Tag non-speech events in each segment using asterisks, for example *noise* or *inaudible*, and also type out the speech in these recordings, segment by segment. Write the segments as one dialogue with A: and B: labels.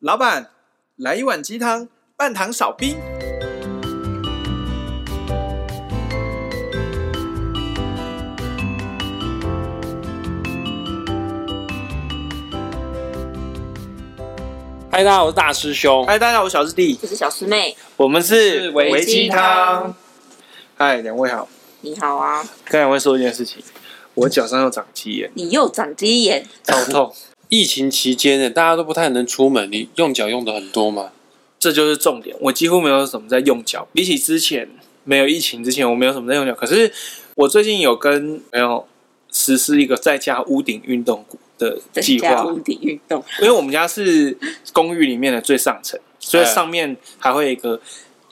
A: 老板，来一碗鸡汤，半糖少冰。
B: 嗨，大家好，我是大师兄，
A: 嗨，大家好，我是小师弟，
C: 这是小师妹，
B: 我们是
A: 是维
C: 维
A: 鸡
C: 鸡
A: 汤
C: 汤。
A: 嗨，两位好。
C: 你好啊，
A: 刚才我会说一件事情，我脚上又长鸡眼，
C: 你又长鸡眼，
A: 超痛，
B: 疫情期间呢，大家都不太能出门，你用脚用的很多吗？
A: 这就是重点。我几乎没有什么在用脚，比起之前没有疫情之前，我没有什么在用脚。可是我最近有跟朋友实施一个在家屋顶运动股的
C: 在
A: 计划，
C: 家屋顶运动，
A: *laughs* 因为我们家是公寓里面的最上层，所
C: 嗯
A: 以
B: 哎
A: 上面还会有一个，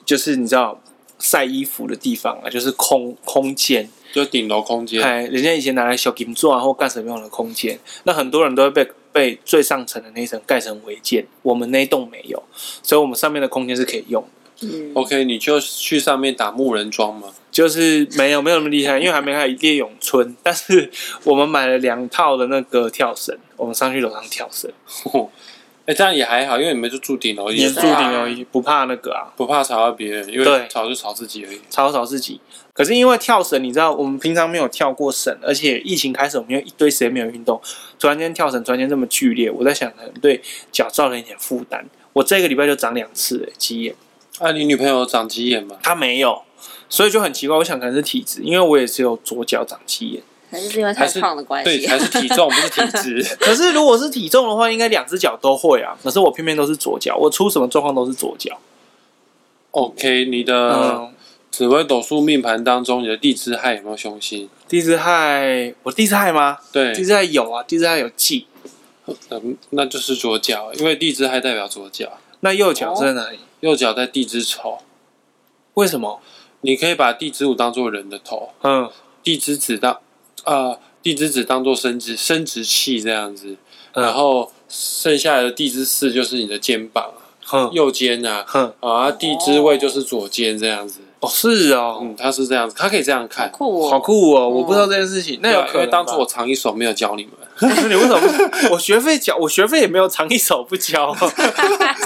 A: 就是你知道晒衣服的地方啊，就是空空间，
B: 就顶楼空间，
A: 哎，人家以前拿来小金做啊或干什么用的空间，那很多人都会被被最上层的那一层盖成违建，我们那一栋没有，所以我们上面的空间是可以用的，
C: 嗯，
A: 哦
B: OK，你就去上面打木人桩嘛。
A: 就是没有没有那么厉害，因为还没开始练咏春，但是我们买了两套的那个跳绳，我们上去楼上跳绳，
B: *laughs* 哎、这样也还好，因为你们就住顶楼，
A: 也
B: 也
A: 住
C: 是
A: 顶
C: 啊
A: 而已，不怕那个啊。
B: 不怕吵到别人，因
A: 对
B: 为吵就吵自己而已。
A: 吵吵自己。可是因为跳绳，你知道我们平常没有跳过绳，而且疫情开始，我们又一堆时间没有运动，突然间跳绳，突然间这么剧烈，我在想可能对脚造成一点负担。我这个礼拜就长两次、欸、鸡眼，
B: 啊，你女朋友长鸡眼吗？
A: 她没有，所以就很奇怪。我想可能是体质，因为我也只有左脚长鸡眼。
C: 还是因为太胖的关
B: 对，
C: 系，
B: 还是体重，不是体
A: *laughs*
B: 质。
A: 可是如果是体重的话，应该两只脚都会啊。可是我偏偏都是左脚，我出什么状况都是左脚。
B: OK，你的
A: 嗯，
B: 紫微斗数命盘当中，你的地支亥有没有凶星？
A: 地支亥，我地支亥吗？
B: 对
A: 地，支亥有啊，地支亥有忌，
B: 嗯，那就是左脚，因为地支亥代表左脚，
A: 那右脚在哪里？
B: 右脚在地支丑。
A: 为什么？
B: 你可以把地支午当做人的头，
A: 嗯，
B: 地支子当呃地支子当做生殖生殖器这样子，
A: 嗯
B: 然后剩下的地支四就是你的肩膀啊、
A: 哼
B: 右肩啊，
A: 哼，
B: 啊地支位就是左肩这样子。
A: 哦，是哦，
B: 嗯，它是这样子，它可以这样看。
C: 酷
A: 好
C: 哦，
A: 酷哦！我不知道这件事情，那
B: 对
A: 有
B: 啊
A: 可
B: 因为
A: 能
B: 当初我
A: 我
B: 长一手没有
A: *laughs*
B: 教你们，
A: 你为什么 *laughs* 不？我学费缴，我学费也没有藏一手不 *laughs* 交，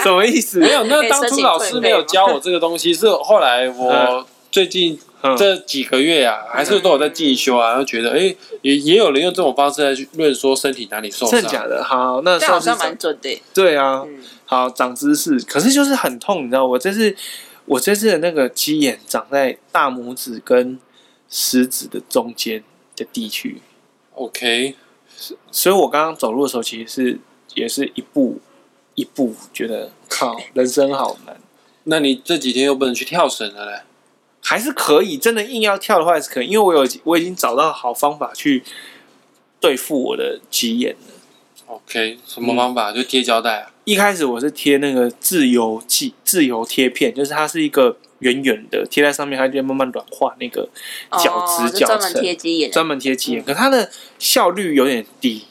A: 什么意思？
B: 没有。那
C: 可以
B: 当
C: 申
B: 初
C: 请
B: 老
C: 退
B: 师
C: 费
B: 没有
C: 吗
B: 教我这个东西，是后来
A: 嗯
B: 我最近
A: 嗯
B: 这几个月啊，还是都有在进修啊，然后觉得哎、诶也也有人用这种方式来去论说身体哪里受
A: 真
B: 伤
A: 的，假的？好，那
C: 啊但好
A: 算是
C: 像
A: 长
C: 蛮准的，
A: 对啊，
C: 嗯，
A: 好长知识，可是就是很痛，你知道，我这次我这次的那个鸡眼长在大拇指跟食指的中间的地区，
B: OK，
A: 所以我刚刚走路的时候，其实是也是一步一步，觉得靠，人生好难。
B: 那你这几天又不能去跳绳了嘞？
A: 还是可以，真的硬要跳的话还是可以，因为我有我已经找到好方法去对付我的鸡眼了。
B: OK，什么方法？就贴胶带啊。
A: 一开始我是贴那个自由剂、自由贴片，就是它是一个圆圆的，贴在上面，它就会慢慢软化那个角
C: 哦
A: 质
C: 就
A: 角
C: 专门
A: 层，
C: 贴鸡眼，
A: 专门贴鸡眼，可它的效率有点低，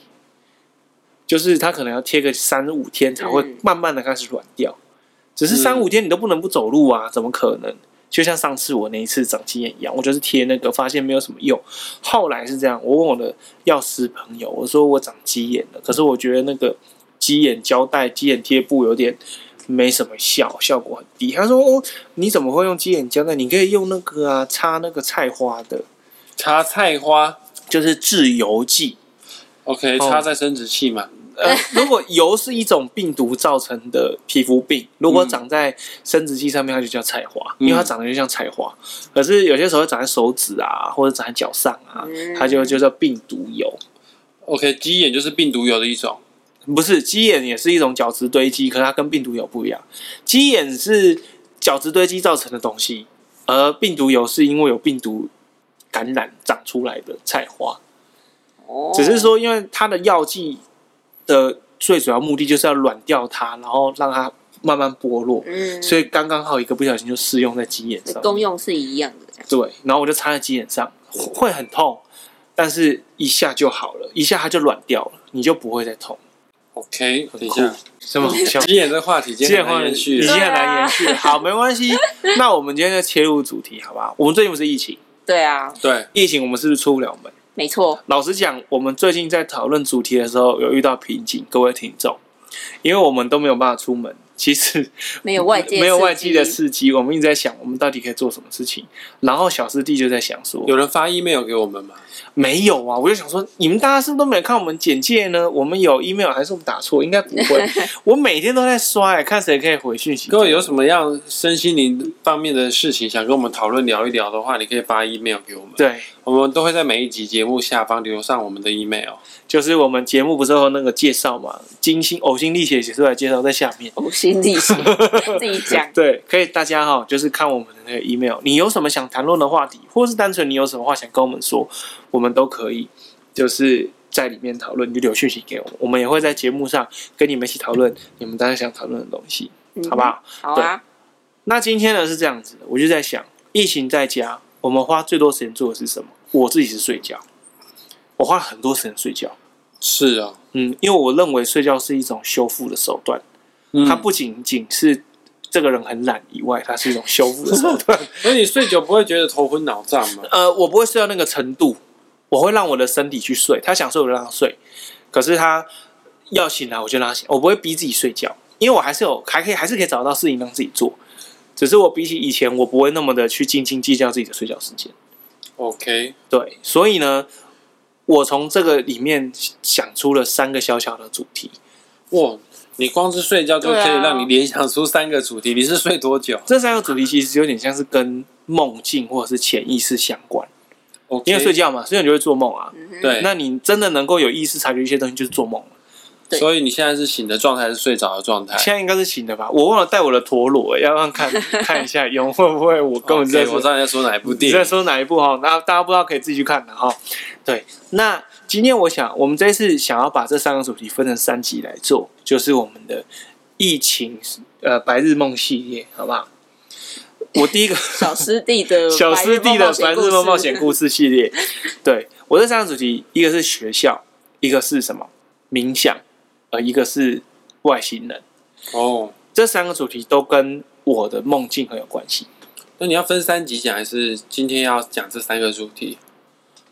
A: 就是它可能要贴个三五天才会
C: 嗯
A: 慢慢的开始软掉，只是三
B: 嗯
A: 五天你都不能不走路啊，怎么可能？就像上次我那一次长鸡眼一样，我就是贴那个，发现没有什么用。后来是这样，我问我的药师朋友，我说我长鸡眼了，可是我觉得那个鸡眼胶带、鸡眼贴布有点没什么效，效果很低。他说：“哦，你怎么会用鸡眼胶带？你可以用那个啊，擦那个菜花的，
B: 插菜花
A: 就是自由剂。
B: ，OK，
A: 哦
B: 插在生殖器嘛。
A: 呃，如果油是一种病毒造成的皮肤病，如果
B: 嗯
A: 长在生殖器上面，它就叫菜花，
B: 嗯
A: 因为它长得就像菜花。可是有些时候会长在手指啊，或者长在脚上啊，
C: 嗯
A: 它就就叫病毒疣。
B: OK，鸡眼就是病毒疣的一种。
A: 不是鸡眼也是一种角质堆积，可是它跟病毒疣不一样。鸡眼是角质堆积造成的东西，而病毒疣是因为有病毒感染长出来的菜花。
C: 哦
A: 只是说，因为它的药剂的最主要目的就是要软掉它，然后让它慢慢剥落，
C: 嗯，
A: 所以刚刚好一个不小心就适用在鸡眼上。
C: 功用是一样的，这样
A: 对，然后我就插在鸡眼上，会很痛，但是一下就好了，一下它就软掉了，你就不会再痛。
B: OK，
A: 很
B: 等一
A: 酷
B: 下，，
A: 这么好笑。
B: 鸡眼这话题今
A: 鸡眼
B: 天
A: 话
B: 很
A: 题
B: 延续
A: 已经
B: 了。
A: 很难延
C: 啊
A: 续了，好，没关系。那我们今天就切入主题，好不好？我们最近不是疫情，
C: 对啊，
B: 对，
A: 疫情我们是不是出不了门？
C: 没错，
A: 老实讲，我们最近在讨论主题的时候有遇到瓶颈，各位听众，因为我们都没有办法出门，其实
C: 没有外界
A: 没有
C: 刺
A: 外
C: 激
A: 界的刺激，我们一直在想我们到底可以做什么事情。然后小师弟就在想说，
B: 有人发 email 给我们吗？
A: 没有啊？我就想说，你们大家是不是都没有看我们简介呢？我们有 email 还是我们打错？应该不
B: *laughs*
A: 会。我每天都在刷、欸，看谁可以回讯息。
B: 各位有什么样身心灵方面的事情想跟我们讨论聊一聊的话，你可以发 email 给我们，
A: 对，
B: 我们都会在每一集节目下方留上我们的 email。
A: 就是我们节目不是有那个介绍嘛，精心呕心沥血写出来的介绍在下面。
C: 呕心沥
A: *laughs*
C: 血，自己讲。
A: 对，可以大家哈、就是看我们的那个 email，你有什么想谈论的话题，或是单纯你有什么话想跟我们说，我们都可以，就是在里面讨论，你就留讯息给我们，我们也会在节目上跟你们一起讨论你们大家想讨论的东西，
C: 嗯
A: 好不好？
C: 好啊，
A: 那今天呢是这样子，我就在想，疫情在家，我们花最多时间做的是什么？我自己是睡觉，我花了很多时间睡觉。
B: 是啊，
A: 嗯，因为我认为睡觉是一种修复的手段，
B: 嗯
A: 它，不仅仅是这个人很懒以外，它是一种修复的手段。
B: 那你睡久不会觉得头昏脑胀吗？
A: 呃，我不会睡到那个程度，我会让我的身体去睡，他想睡我就让他睡，可是他要醒来我就让他醒，我不会逼自己睡觉，因为我还是有还可以还是可以找到事情让自己做，只是我比起以前我不会那么的去斤斤计较自己的睡觉时间，
B: OK，
A: 对，所以呢，我从这个里面想出了三个小小的主题，
B: 哇，你光是睡觉就可
C: 对
B: 以
C: 啊
B: 让你联想出三个主题，你是睡多久
A: 这三个主题其实有点像是跟梦境或者是潜意识相关，
B: ？OK，
A: 因为睡觉嘛，睡觉你就会做梦啊，
C: 嗯哼，
B: 对，
A: 那你真的能够有意识察觉一些东西就是做梦了。
C: 对
B: 所以你现在是醒的状态还是睡着的状态？
A: 现在应该是醒的吧？我忘了带我的陀螺，要让 *laughs* 看看一下有会不会哦我根本
B: OK，
A: 在
B: 我
A: 说
B: 知道你在说哪一部
A: 你
B: 电
A: 在
B: 影。
A: 说哪一部哈？那大家不知道可以自己去看的哈。对，那今天我想，我们这一次想要把这三个主题分成三集来做，就是我们的疫情呃白日梦系列，好不好？我第一个
C: 小师弟
A: *laughs*
C: 的
A: 小师弟的白日梦冒险
C: 事，
A: 故事系列，对我这三个主题，一个是学校，一个是什么冥想，呃，一个是外星人。
B: 哦，
A: 这三个主题都跟我的梦境很有关系。
B: 那你要分三集讲，还是今天要讲这三个主题？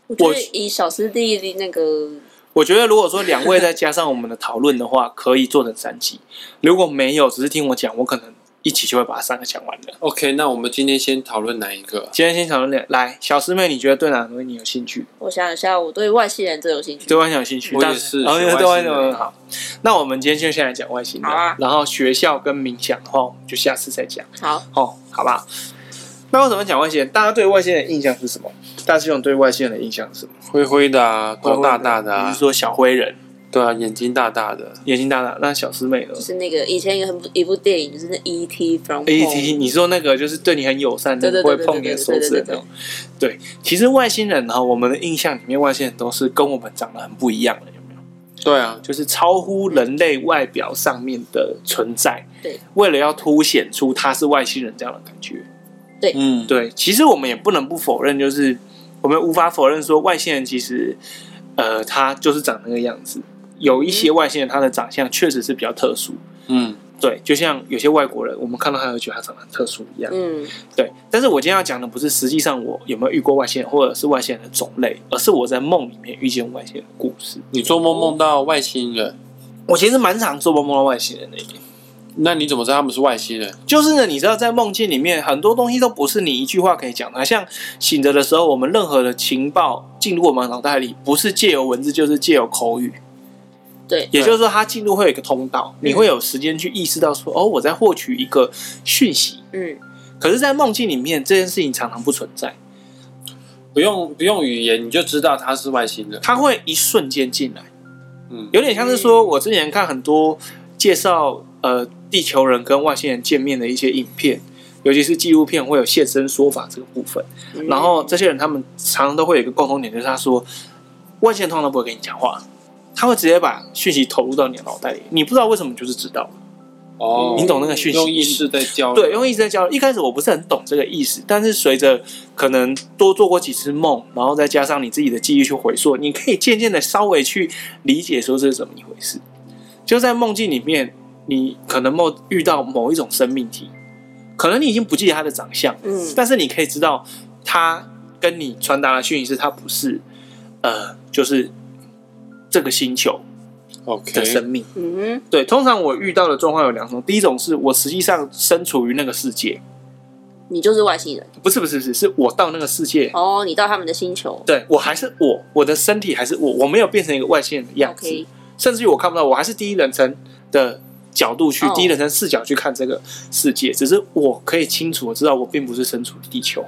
C: 我觉
A: 我
C: 得以小师弟的那个
A: 我觉得如果说两位再加上我们的讨论的话，可以做成三集。如果没有，只是听我讲，我可能一起就会把三个讲完了。
B: OK，那我们今天先讨论哪一个？
A: 今天先讨论两来，小师妹，你觉得对哪个东西你有兴趣？
C: 我想一下，我对外星人最有兴趣。
A: 对外星人有兴趣，
B: 我也
A: 但
B: 是
A: 哦，
B: 学
A: 你
B: 外
A: 对外星
B: 星人
A: 人好。那我们今天就先来讲外星人，
C: 好啊
A: 然后学校跟冥想的话，我们就下次再讲
C: 好，
A: 哦，好吧？那为什么讲外星人？大家对外星人的印象是什么？大师兄对外星人的印象是什么？
B: 灰灰的啊，头大大的
A: 你
B: 啊
A: 是，说小灰人？
B: 对啊，眼睛大大的。
A: 眼睛大大，那小师妹呢
C: 就是那个以前有很部一部电影，就是那 E.T. from
A: ？A
C: Home
A: E T，你说那个就是对你很友善，
C: 对
A: 你
C: 对
A: 不会
C: 对
A: 碰你的手指的那种。对，其实外星人哈，我们的印象里面，外星人都是跟我们长得很不一样的，有没有？
B: 对啊，
A: 就是超乎人类外表上面的存在。
C: 对，
A: 为了要凸显出他是外星人这样的感觉。
B: 嗯，
A: 对，其实我们也不能不否认，就是我们无法否认说外星人其实，呃，他就是长那个样子。有一
C: 嗯
A: 些外星人他的长相确实是比较特殊，
B: 嗯，
A: 对，就像有些外国人，我们看到他会觉得他长得很特殊一样。
C: 嗯，
A: 对，但是我今天要讲的不是实际上我有没有遇过外星人，或者是外星人的种类，而是我在梦里面遇见外星人的故事。
B: 你做梦梦到外星人，
A: 我其实蛮常做梦梦到外星人的耶，
B: 那你怎么知道他们是外星人？
A: 就是呢，你知道在梦境里面很多东西都不是你一句话可以讲的，像醒着的时候，我们任何的情报进入我们脑袋里，不是借由文字，就是借由口语。
C: 对
A: 也就是说，它进入会有一个通道，你会有时间去意识到说，哦，我在获取一个讯息。
C: 嗯，
A: 可是，在梦境里面，这件事情常常不存在，
B: 不用不用语言，你就知道他是外星人。
A: 它会一瞬间进来。
B: 嗯，
A: 有点像是说，我之前看很多介绍呃地球人跟外星人见面的一些影片，尤其是纪录片会有现身说法这个部分。
C: 嗯
A: 然后这些人他们常常都会有一个共同点，就是他说外星人通常都不会跟你讲话，他会直接把讯息投入到你的脑袋里，你不知道为什么就是知道，
B: 哦，
A: 你懂那个讯息
B: 用意识在交流。
A: 对，用意识在交流。一开始我不是很懂这个意思，但是随着可能多做过几次梦，然后再加上你自己的记忆去回溯，你可以渐渐的稍微去理解说这是怎么一回事。就在梦境里面，你可能梦遇到某一种生命体，可能你已经不记得它的长相，
C: 嗯
A: 但是你可以知道它跟你传达的讯息是它不是，呃，就是这个星球，
B: OK，
A: 的生命。
C: 嗯哼，
A: 对，通常我遇到的状况有两种，第一种是我实际上身处于那个世界，
C: 你就是外星人
A: 不是不是不是，是我到那个世界，
C: 哦，你到他们的星球
A: 对我还是我，我的身体还是我，我没有变成一个外星人的样子
C: ，OK，
A: 甚至于我看不到，我还是第一人称的角度去、
C: 哦
A: 第一人称视角去看这个世界，只是我可以清楚的知道我并不是身处地球，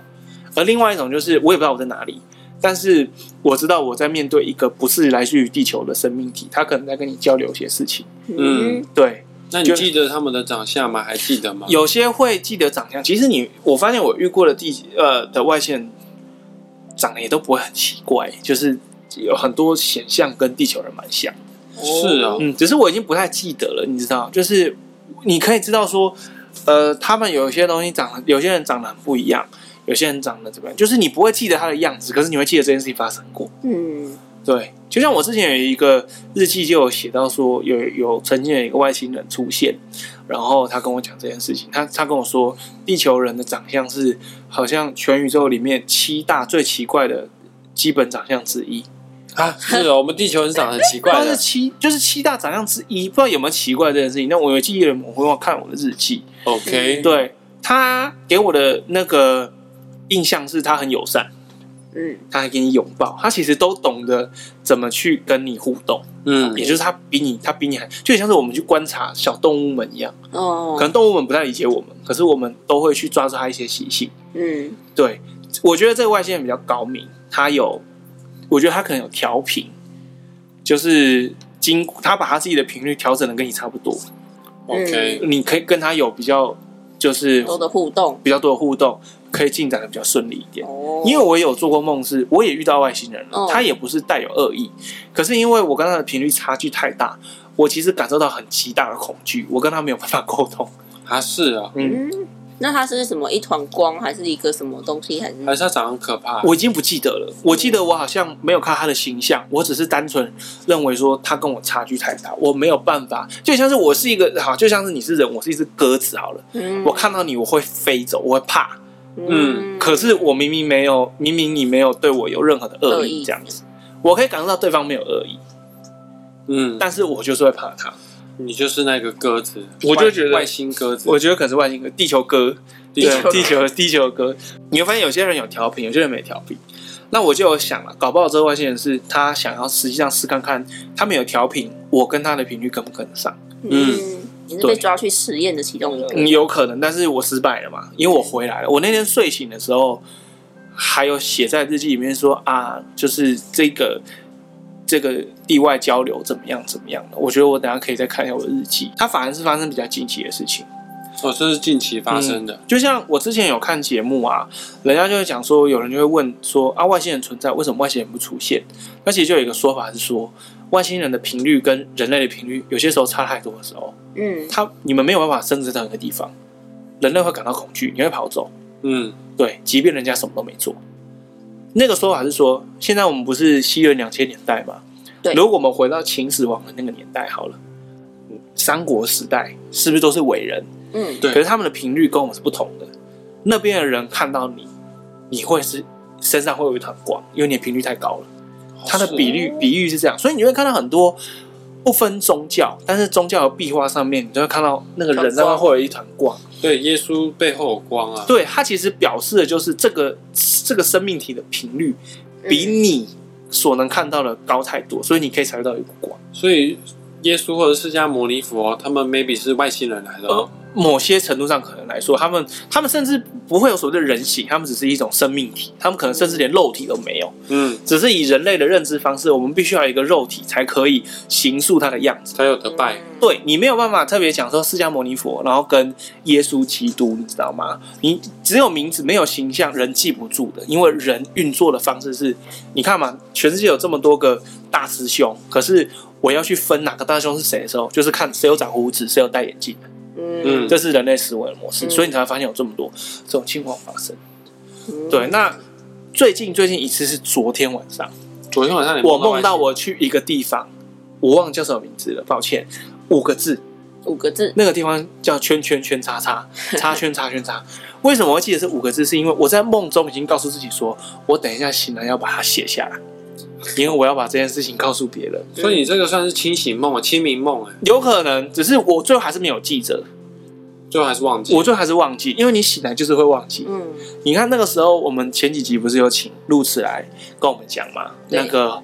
A: 而另外一种就是我也不知道我在哪里。但是我知道我在面对一个不是来自于地球的生命体，他可能在跟你交流一些事情。
C: 嗯哼，
A: 对，
B: 那你记得他们的长相吗？还记得吗？
A: 有些会记得长相。其实你，我发现我遇过的地呃的外星人长得也都不会很奇怪，就是有很多显象跟地球人蛮像。
B: 是啊
C: 哦，
A: 嗯，只是我已经不太记得了，你知道，就是你可以知道说，呃，他们有些东西长得，有些人长得很不一样，有些人长得怎么样，就是你不会记得他的样子，可是你会记得这件事情发生过。
C: 嗯，
A: 对，就像我之前有一个日记就有写到说，有有曾经有一个外星人出现，然后他跟我讲这件事情，他他跟我说，地球人的长相是好像全宇宙里面七大最奇怪的基本长相之一，
B: 啊，是哦，我们地球人长得很奇
A: 不知
B: 怪
A: 道是
B: 的。
A: 七就是七大长相之一，不知道有没有奇怪这件事情。那我有记忆的人，我会看我的日记，
B: OK，
A: 对他给我的那个印象是他很友善，
C: 嗯，
A: 他还给你拥抱，他其实都懂得怎么去跟你互动。
B: 嗯
A: 也就是他比你，他比你还，就很像是我们去观察小动物们一样，可
C: 哦，
A: 能动物们不太理解我们，可是我们都会去抓住它一些习性。
C: 嗯，
A: 对，我觉得这个外星人比较高明，他有，我觉得他可能有调频，就是经他把他自己的频率调整的跟你差不多，
B: ，OK，
A: 你可以跟他有比较就是
C: 多的互动，
A: 比较多的互动，可以进展的比较顺利一点。
C: 哦，
A: 因为我有做过梦，是我也遇到外星人了
C: 哦，
A: 他也不是带有恶意，可是因为我跟他的频率差距太大，我其实感受到很极大的恐惧，我跟他没有办法 *laughs* 沟通。
B: 啊是啊，
A: 嗯，
C: 嗯，那它是什么一团光，还是一个什么东西，还是
A: 呃
B: 还是他长得很可怕。
A: 我已经不记得了，我记得我好像没有看他的形象，我只是单纯认为说他跟我差距太大，我没有办法，就像是我是一个好，就像是你是人，我是一只鸽子好了，
C: 嗯
A: 我看到你我会飞走，我会怕，
B: 嗯
A: 可是我明明没有，明明你没有对我有任何的恶
C: 恶
A: 意，
C: 意
A: 这样子，我可以感受到对方没有恶意，
B: 嗯，
A: 但是我就是会怕他。
B: 你就是那个鸽子，
A: 我就觉得
B: 外外星鸽子。
A: 我觉得可能是外星哥，地球哥，
B: 地
A: 对
C: 球
A: 地球地球哥。你会发现有些人有调频，有些人没调频。那我就有想了，搞不好这个外星人是他想要实际上试看看，他们有调频，我跟他的频率跟不跟得上？
C: 嗯，你是
A: 对
C: 被抓去实验的其中一个，
A: 嗯，有可能，但是我失败了嘛，因为我回来了。我那天睡醒的时候，还有写在日记里面说啊，就是这个这个地外交流怎么样怎么样的。我觉得我等一下可以再看一下我的日记，它反而是发生比较近期的事情。
B: 哦，这是近期发生的。
A: 就像我之前有看节目啊，人家就会讲说，有人就会问说啊，外星人存在，为什么外星人不出现？那其实就有一个说法是说，外星人的频率跟人类的频率有些时候差太多的时候，
C: 嗯
A: 他你们没有办法生存到一个地方，人类会感到恐惧，你会跑走，
B: 嗯，
A: 对，即便人家什么都没做。那个说法是说，现在我们不是西元两千年代嘛？
C: 对
A: 如果我们回到秦始皇的那个年代好了，三国时代是不是都是伟人？
C: 嗯，
B: 对
A: 可是他们的频率跟我们是不同的。那边的人看到你，你会是身上会有一团光，因为你的频率太高了。
B: 哦
A: 它的比率比喻是这样，所以你会看到很多不分宗教，但是宗教的壁画上面，你就会看到那个人
C: 团光
A: 上面会有一团光。
B: 哦对耶稣背后有光啊。
A: 对，它其实表示的就是这个这个生命体的频率比你所能看到的高太多，所以你可以察觉到有一股光。
B: 所以耶稣或者释迦牟尼佛，他们 maybe 是外星人来的
A: 呃
B: 哦。，
A: 某些程度上可能来说，他们他们甚至不会有所谓的人形，他们只是一种生命体，他们可能甚至连肉体都没有，
B: 嗯，
A: 只是以人类的认知方式，我们必须要有一个肉体才可以形塑它的样子。
B: 才有得拜。
C: 嗯，
A: 对你没有办法特别讲说释迦牟尼佛，然后跟耶稣基督，你知道吗？你只有名字没有形象，人记不住的，因为人运作的方式是，你看嘛，全世界有这么多个大师兄，可是我要去分哪个大师兄是谁的时候，就是看谁有长胡子，谁有戴眼镜。
C: 嗯
A: 这是人类思维的模式，
C: 嗯
A: 所以你才会发现有这么多这种情况发生。
C: 嗯
A: 对，那最近最近一次是昨天晚上，
B: 昨天晚上
A: *laughs*
B: 你
A: 我
B: 到
A: 梦
B: 外
A: 到我去一个地方，我忘了叫什么名字了，抱歉，五个字，
C: 五个字，
A: 那个地方叫圈圈圈叉叉叉圈叉圈叉。为什么我会记得是五个字？是因为我在梦中已经告诉自己说，我等一下醒来要把它写下来。因为我要把这件事情告诉别人。
B: 所以你这个算是清醒梦、清明梦哎，
A: 有可能，只是我最后还是没有记着，
B: 最后还是忘记。
A: 我最后还是忘记，因为你醒来就是会忘记。
C: 嗯，
A: 你看那个时候，我们前几集不是有请陆次来跟我们讲嘛，
C: 对
A: 那个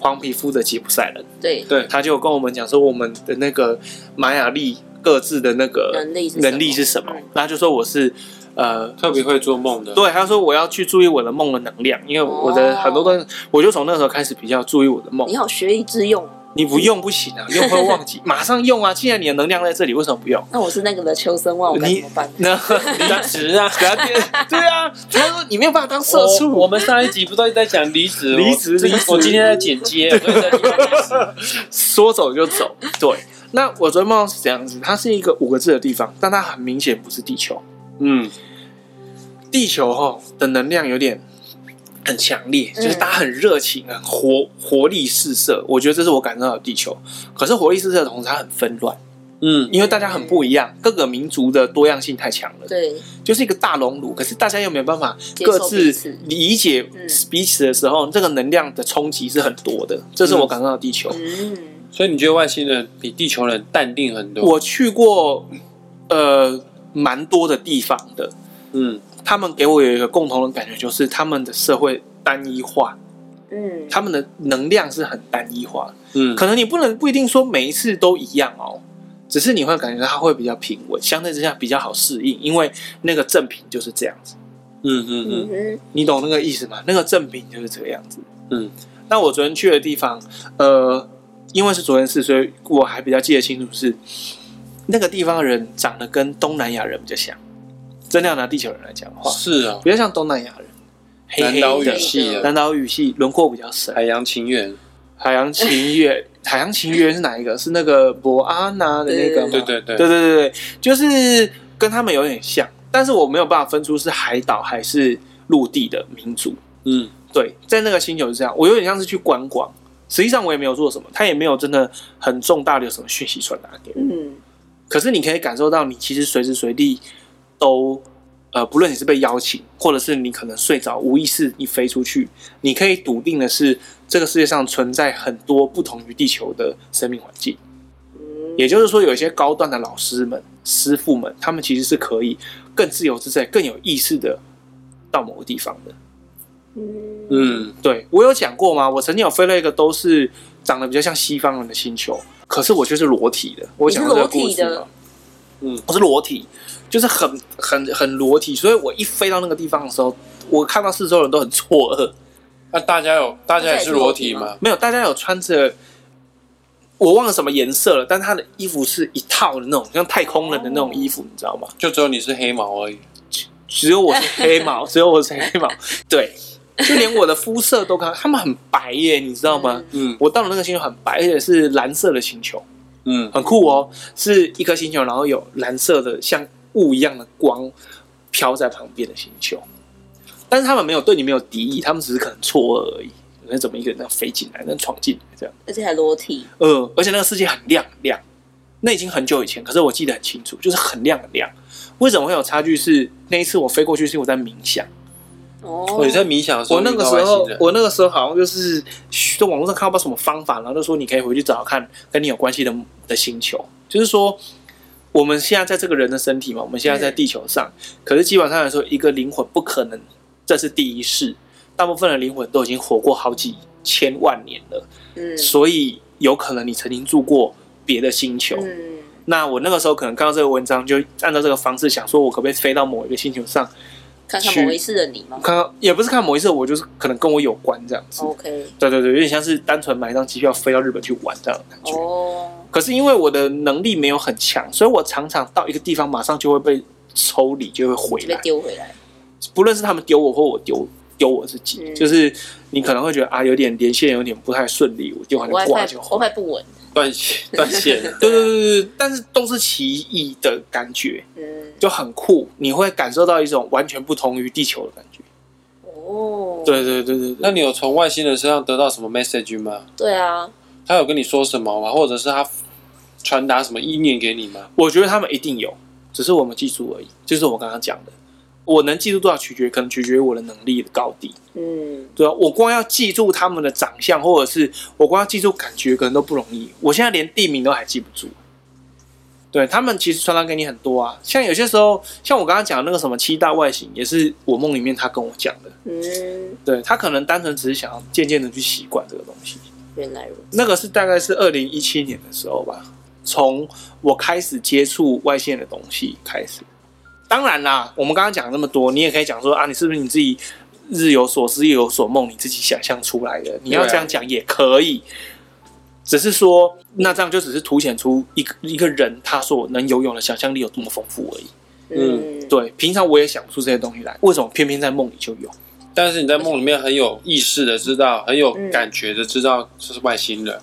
A: 黄皮肤的吉普赛人，
C: 对，
B: 对
A: 他就有跟我们讲说我们的那个玛雅历各自的那个
C: 能力是
A: 能力是
C: 什
A: 什
C: 么
A: 么，然后就说我是呃
B: 特别会做梦的，
A: 对，他说我要去注意我的梦的能量，因为我的
C: 哦哎
A: 很多东西，我就从那时候开始比较注意我的梦
C: 你。好学以致用。
A: 你不用不行啊，用会忘记，马上用啊！既然你的能量在这里，为什么不用？
C: 那我是那个的求生万，我该
A: 你
C: 怎么
A: *laughs*
C: 办？
A: 那离职啊，给他 *laughs* 变对啊，主要是你没有办法当社畜。
B: 我我们上一集不都一直在讲离职？
A: *laughs* 离职
B: 我这
A: 离职
B: 我今天在剪接，我都
A: *laughs*
B: 一直在讲离职
A: 说走就走。对，那我昨天梦到是这样子，它是一个五个字的地方，但它很明显不是地球。
B: 嗯，
A: 地球吼的能量有点很强烈，
C: 嗯
A: 就是大家很热情、很活活力四射。我觉得这是我感受到的地球。可是活力四射的同时，它很纷乱，
B: 嗯，
A: 因为大家很不一样，各个民族的多样性太强了，
C: 对，
A: 就是一个大熔炉。可是大家又没有办法
C: 接受
A: 各
C: 彼
A: 自
C: 此
A: 理解
C: 嗯
A: 彼此的时候，这个能量的冲击是很多的。这是我
B: 嗯
A: 感受到的地球。
C: 嗯，
B: 所以你觉得外星人比地球人淡定很多？
A: 我去过呃蛮多的地方的，
B: 嗯，
A: 他们给我有一个共同的感觉，就是他们的社会单一化，
C: 嗯，
A: 他们的能量是很单一化。
B: 嗯，
A: 可能你不能不一定说每一次都一样哦，只是你会感觉到它会比较平稳，相对之下比较好适应，因为那个正品就是这样子，
B: 嗯嗯嗯，
C: 嗯哼，
A: 你懂那个意思吗？那个正品就是这个样子。
B: 嗯，
A: 那我昨天去的地方，呃，因为是昨天事，所以我还比较记得清楚是那个地方的人长得跟东南亚人比较像，真的要拿地球人来讲的话，
B: 是啊，
A: 比较像东南亚人，黑黑
B: 南岛
A: 的
B: 语系啊的
A: 南岛语系轮廓比较深。
B: 海洋情缘，
A: 海洋情
B: *laughs*
A: 缘，海洋情缘是哪一个？是那个博安娜的那个吗？
B: 对对
A: 对
B: 对
A: 对对，就是跟他们有点像，但是我没有办法分出是海岛还是陆地的民族。
B: 嗯，
A: 对，在那个星球是这样，我有点像是去观光，实际上我也没有做什么，他也没有真的很重大的有什么讯息传达给我。
C: 嗯，
A: 可是你可以感受到，你其实随时随地都，呃，不论你是被邀请，或者是你可能睡着无意识你飞出去，你可以笃定的是，这个世界上存在很多不同于地球的生命环境。
C: 嗯
A: 也就是说，有一些高段的老师们、师傅们，他们其实是可以更自由自在、更有意识的到某个地方的。
C: 嗯
B: 嗯，
A: 对我有讲过吗？我曾经有飞了一个都是长得比较像西方人的星球，可是我就是裸体的。我讲过这个故
C: 你是
A: 事
C: 裸体
A: 吗
C: 的？
B: 嗯，
A: 我是裸体，就是很很很裸体，所以我一飞到那个地方的时候，我看到四周人都很错愕。
B: 那大家有大家也是裸体
C: 大家也是裸体
B: 吗？
A: 没有，大家有穿着我忘了什么颜色了，但他的衣服是一套的那种，像太空人的那种衣服，你知道吗？
B: 就只有你是黑毛而已。
A: 只有我是黑
C: *laughs*
A: 毛，只有我是黑毛，对，就连我的肤色都看，他们很白耶，你知道吗？
B: 嗯
A: 我到了那个星球很白，而且是蓝色的星球，
B: 嗯
A: 很酷哦，是一颗星球，然后有蓝色的像雾一样的光飘在旁边的星球，但是他们没有对你没有敌意，他们只是可能错愕而已。那怎么一个人这样飞进来，那闯进来这样？
C: 而且还裸体，
A: 呃，而且那个世界很亮很亮，那已经很久以前，可是我记得很清楚，就是很亮很亮。为什么会有差距是？那一次我飞过去是因为我在冥想，
C: 哦，
B: 我在冥想的时候
A: 我
B: 遇到
A: 那
B: 外
A: 个
B: 星
A: 时
B: 人，
A: 候，我那个时候好像就是在网络上看到不知道什么方法，然后就说你可以回去找看跟你有关系的的星球，就是说我们现在在这个人的身体嘛，我们现在在地球
B: 嗯
A: 上，可是基本上来说，一个灵魂不可能这是第一世，大部分的灵魂都已经活过好几千万年了，
C: 嗯
A: 所以有可能你曾经住过别的星球，
C: 嗯
A: 那我那个时候可能看到这个文章，就按照这个方式想说，我可不可以飞到某一个星球上，
C: 看看某一世的你吗
A: 看到也不是看某一次，我就是可能跟我有关这样子。
C: ？OK，
A: 对对对，有点像是单纯买一张机票飞到日本去玩这样的感觉。
C: 哦，
A: 可是因为我的能力没有很强，所以我常常到一个地方马上就会被抽离，就会回
C: 就被
A: 来。
C: 丢回来，
A: 不论是他们丢我，或我丢丢我自己，
C: 嗯
A: 就是你可能会觉得啊，有点连线有点不太顺利，我电话就挂
C: WiFi
A: 就好。。
C: WiFi 不稳，
B: 断线断线了
C: 对
A: 对对对对，但是都是奇异的感觉，
C: 嗯，
A: 就很酷，你会感受到一种完全不同于地球的感觉。
C: 哦，
A: 对对对对对，
B: 那你有从外星人身上得到什么 message 吗？
C: 对啊，
B: 他有跟你说什么吗？或者是他传达什么意念给你吗？
A: 我觉得他们一定有，只是我们记住而已。就是我刚刚讲的，我能记住多少取决，可能取决于我的能力的高低，
C: 嗯，
A: 对啊，我光要记住他们的长相，或者是我光要记住感觉，可能都不容易。我现在连地名都还记不住。对他们其实传达给你很多啊，像有些时候，像我刚刚讲的那个什么七大外形，也是我梦里面他跟我讲的。
C: 嗯，
A: 对他可能单纯只是想要渐渐的去习惯这个东西。
C: 原来如此。
A: 那个是大概是二零一七年的时候吧，从我开始接触外线的东西开始。当然啦，我们刚刚讲那么多，你也可以讲说啊，你是不是你自己日有所思夜有所梦，你自己想象出来的？你要
B: 对啊
A: 这样讲也可以，只是说那这样就只是凸显出一个一个人他所能游泳的想象力有多么丰富而已。
C: 嗯，
A: 对，平常我也想不出这些东西来，为什么偏偏在梦里就有？
B: 但是你在梦里面很有意识的知道，很有感觉的知道这是外星人。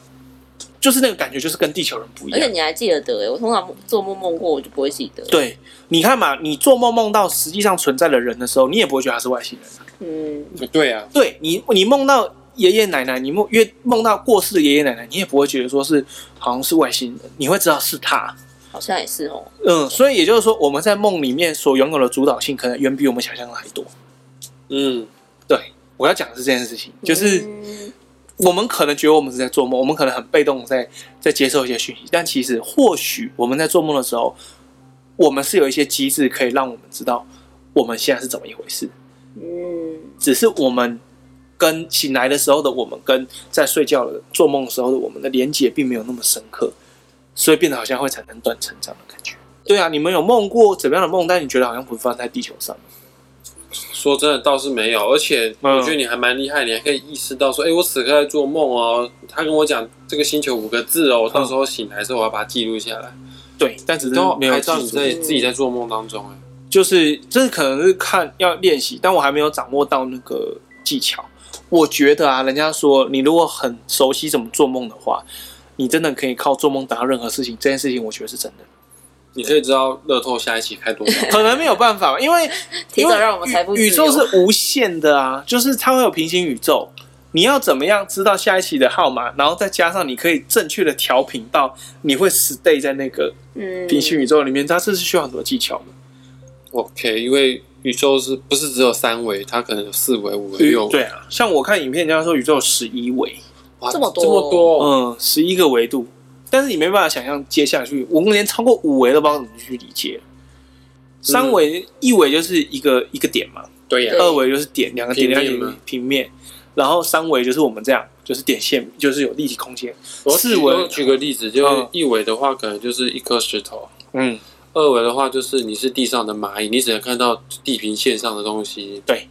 A: 就是那个感觉，就是跟地球人不一
C: 而
A: 样
C: 且。你还记得得欸我通常做梦梦过，我就不会记得。，
A: 对，你看嘛，你做梦梦到实际上存在的人的时候，你也不会觉得他是外星人。
C: 嗯，
B: 对啊，
A: 对你，你梦到爷爷奶奶，你梦越梦到过世的爷爷奶奶，你也不会觉得说是好像是外星人，你会知道是他。
C: 好像也是哦。
A: 嗯，所以也就是说，我们在梦里面所拥有的主导性，可能远比我们想象的还多。
B: 嗯，
A: 对，我要讲的是这件事情，就是
C: 嗯
A: 我们可能觉得我们是在做梦，我们可能很被动地在在接受一些讯息，但其实或许我们在做梦的时候，我们是有一些机制可以让我们知道我们现在是怎么一回事。
C: 嗯
A: 只是我们跟醒来的时候的我们，跟在睡觉的做梦的时候的我们的连接并没有那么深刻，所以变得好像会产生断层这样的感觉。对啊，你们有梦过怎么样的梦？但你觉得好像不发生在地球上。
B: 说真的倒是没有，而且
A: 嗯
B: 我觉得你还蛮厉害，你还可以意识到说，哎、我此刻在做梦哦。他跟我讲这个星球五个字
A: 嗯
B: 哦，我到时候醒来的时候我要把它记录下来，
A: 对，但只是
B: 都
A: 没有
B: 还知道你
A: 记住
B: 在自己在做梦当中哎、
A: 就是这可能是看要练习，但我还没有掌握到那个技巧。我觉得啊，人家说你如果很熟悉怎么做梦的话，你真的可以靠做梦达到任何事情。这件事情我觉得是真的，
B: 你可以知道乐透下一期开多少。
A: 可能没有办法，因为
C: 提早让我们财富自由
A: 宇宙是无限的啊，就是它会有平行宇宙。你要怎么样知道下一期的号码，然后再加上你可以正确的调频到你会 stay 在那个
C: 嗯，
A: 平行宇宙里面，它这是需要很多技巧的。
B: OK，因为宇宙是不是只有三维？它可能有四维、五维、六维。
A: 对啊，像我看影片，人家说宇宙有十一维，
B: 哇，
C: 这么多
B: 这么多，
A: 嗯，十一个维度，但是你没办法想象接下去，我们连超过五维都不知道怎么去理解。三维一维就是一个一个点嘛，
B: 对呀、
C: 对
A: 二维就是点两个点
B: 平
A: 两
B: 面
A: 个
B: 吗
A: 点平面，然后三维就是我们这样，就是点线，就是有立体空间。
B: 我
A: 四
B: 举
A: 维
B: 我举个例子，就是
A: 嗯
B: 一维的话，可能就是一颗石头；
A: 嗯，
B: 二维的话，就是你是地上的蚂蚁，你只能看到地平线上的东西。
A: 对，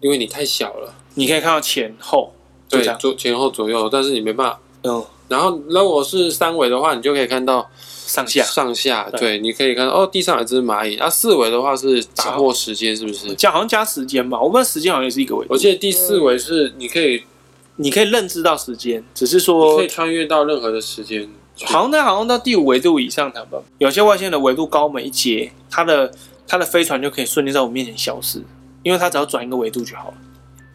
B: 因为你太小了，
A: 你可以看到前后，就
B: 对
A: 这，样。
B: 左前后左右，但是你没办法。
A: 嗯，
B: 然后，如果是三维的话，你就可以看到
A: 上下
B: 上下，
A: 对
B: 对，你可以看到哦，地上有一只蚂蚁。啊，四维的话是打破时间，是不是？
A: 加好像加时间吧，我们时间好像也是一个维度
B: 我。记得第四维是你可以，
A: 你可以认知到时间，只是
B: 你
A: 说
B: 可以穿越到任何的时间。
A: 好像在好像到第五维度以上，他们有些外星人的维度高我们一截，它的它的飞船就可以瞬间在我们面前消失，因为它只要转一个维度就好了。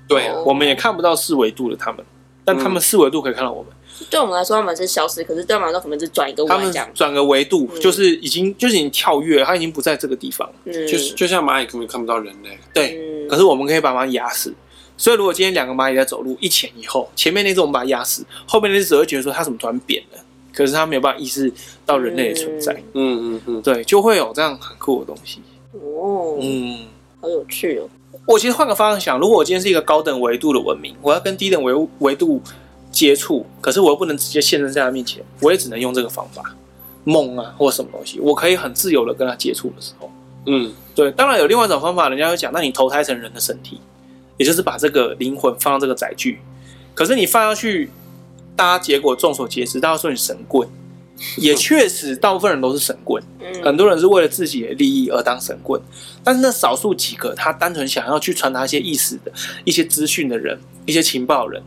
B: 对啊，
C: 哦
A: 我们也看不到四维度的他们，但
B: 嗯
A: 他们四维度可以看到我们。
C: 对我们来说，他们是消失，可是对我们来说，可能是转一个
A: 他
C: 弯
A: 们
C: 这样。
A: 转个维度，
C: 嗯
A: 就是已经就是已经跳跃了，它已经不在这个地方了。
C: 嗯，
B: 就是就像蚂蚁根本看不到人类。
A: 对，
C: 嗯，
A: 可是我们可以把蚂蚁压死。所以如果今天两个蚂蚁在走路，一前一后，前面那只我们把它压死，后面那只会觉得说它怎么突然扁了，可是它没有办法意识到人类的存在。
B: 嗯嗯嗯，
A: 对，就会有这样很酷的东西。
C: 哦，
A: 嗯。
C: 好有趣哦。
A: 我其实换个方向想，如果我今天是一个高等维度的文明，我要跟低等维维度接触，可是我又不能直接现身在他面前，我也只能用这个方法，梦啊或什么东西，我可以很自由的跟他接触的时候，
B: 嗯，
A: 对，当然有另外一种方法，人家会讲，那你投胎成人的身体，也就是把这个灵魂放到这个载具，可是你放上去，大家结果众所皆知，大家说你神棍，也确实大部分人都是神棍。
C: 嗯，
A: 很多人是为了自己的利益而当神棍，但是那少数几个他单纯想要去传达一些意识的、一些资讯的人、一些情报人，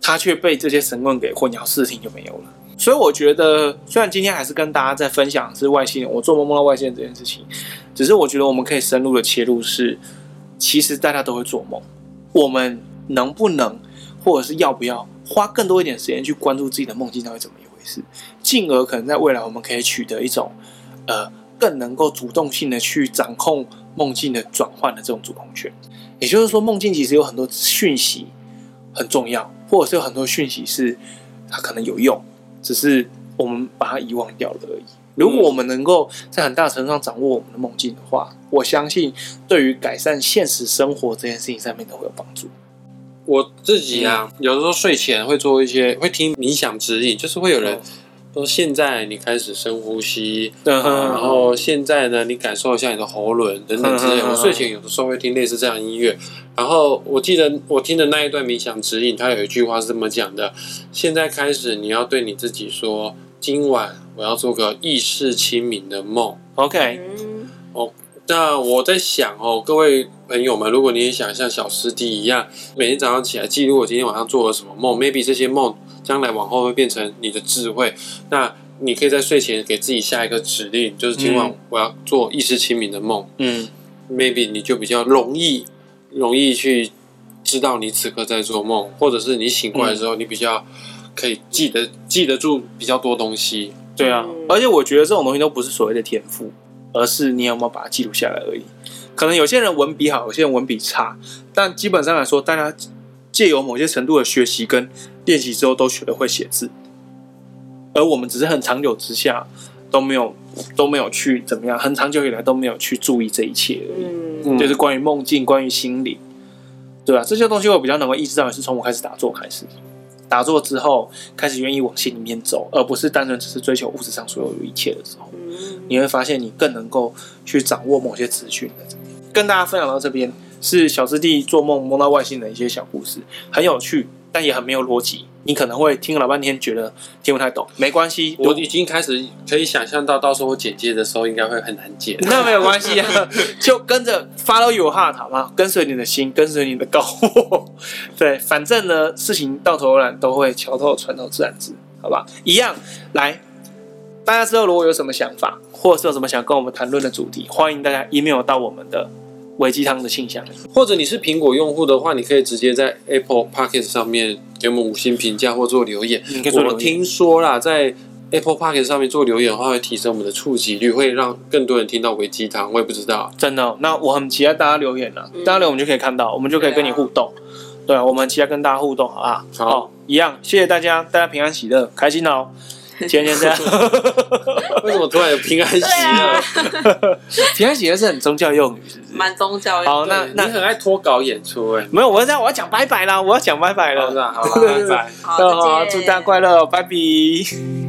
A: 他却被这些神棍给混淆视听就没有了。所以我觉得，虽然今天还是跟大家在分享是外星人，我做梦梦到外星人这件事情，只是我觉得我们可以深入的切入是，其实大家都会做梦，我们能不能或者是要不要花更多一点时间去关注自己的梦境到底怎么一回事，进而可能在未来我们可以取得一种呃更能够主动性的去掌控梦境的转换的这种主控权。也就是说，梦境其实有很多讯息很重要，或者是有很多讯息是它可能有用，只是我们把它遗忘掉了而已。如果我们能够在很大程度上掌握我们的梦境的话，我相信对于改善现实生活这件事情上面都会有帮助。
B: 我自己啊，
A: 嗯
B: 有的时候睡前会做一些，会听冥想指引，就是会有
A: 哦
B: 人说：“现在你开始深呼吸，
A: 嗯
B: 然后现在呢，你感受一下你的喉咙等等之类。”
A: 嗯
B: 我睡前有的时候会听类似这样的音乐。然后我记得我听的那一段冥想指引，它有一句话是这么讲的：“现在开始，你要对你自己说，今晚我要做个意识清明的梦。”
A: OK，
C: 嗯，
B: 那我在想哦，各位朋友们，如果你也想像小师弟一样，每天早上起来记录我今天晚上做了什么梦，maybe 这些梦将来往后会变成你的智慧。那你可以在睡前给自己下一个指令，就是今晚
A: 嗯
B: 我要做意识清明的梦、
A: 嗯
B: m a y b e 你就比较容易容易去知道你此刻在做梦，或者是你醒过来之后，你比较可以记得记得住比较多东西。
A: 对啊
C: 嗯，
A: 而且我觉得这种东西都不是所谓的天赋，而是你有没有把它记录下来而已。可能有些人文笔好，有些人文笔差，但基本上来说，大家借由某些程度的学习跟练习之后，都学得会写字。而我们只是很长久之下都没有都没有去怎么样，很长久以来都没有去注意这一切而已。
C: 嗯，
B: 嗯
A: 就是关于梦境、关于心灵，对啊，这些东西我比较能够意识到，也是从我开始打坐开始。打坐之后，开始愿意往心里面走，而不是单纯只是追求物质上所有一切的时候，
C: 嗯，
A: 你会发现你更能够去掌握某些资讯的。跟大家分享到这边是小师弟做梦梦到外星人的一些小故事，很有趣，但也很没有逻辑。你可能会听了老半天，觉得听不太懂，没关系，
B: 我已经开始可以想象到，到时候我剪接的时候应该会很难剪。
A: *laughs* 那没有关系啊， *laughs* 就跟着 follow your heart 好吗？跟随你的心，跟随你的高我。 *laughs* 对，反正呢，事情到头来都会桥头船头自然直，好吧？一样来，大家之后如果有什么想法，或者是有什么想跟我们谈论的主题，欢迎大家 email 到我们的维鸡汤的信箱。
B: 或者你是苹果用户的话，你可以直接在 Apple p o c k e t 上面给我们五星评价或做留言。
A: 你可以做留言
B: 我听说啦，在 Apple p o c k e t 上面做留言的话，会提升我们的触及率，会让更多人听到维鸡汤。我也不知道，
A: 真的哦、那我很期待大家留言了、
C: 嗯
A: 大家留言我们就可以看到，我们就可以跟你互动。对啊，我们很期待跟大家互动，好吧？
B: 好
A: 哦，一样，谢谢大家，大家平安喜乐，开心哦。今天先这样。
B: *laughs* 为什么突然有平安喜
C: 对
B: 乐
C: 啊？，
A: 平安喜乐是很宗教用语，是不是？
C: 蛮宗教的。
A: 好，那
B: 对你
A: 那
B: 很爱脱稿演出哎、
A: 没有，我要这样，我要讲啊拜拜啦，我要讲拜拜
B: 好
A: 了。
B: 啦好啦，拜拜。
C: 好
A: 那好，
C: 再
A: 祝
C: 见
A: 大家快乐哦，拜拜。
C: 拜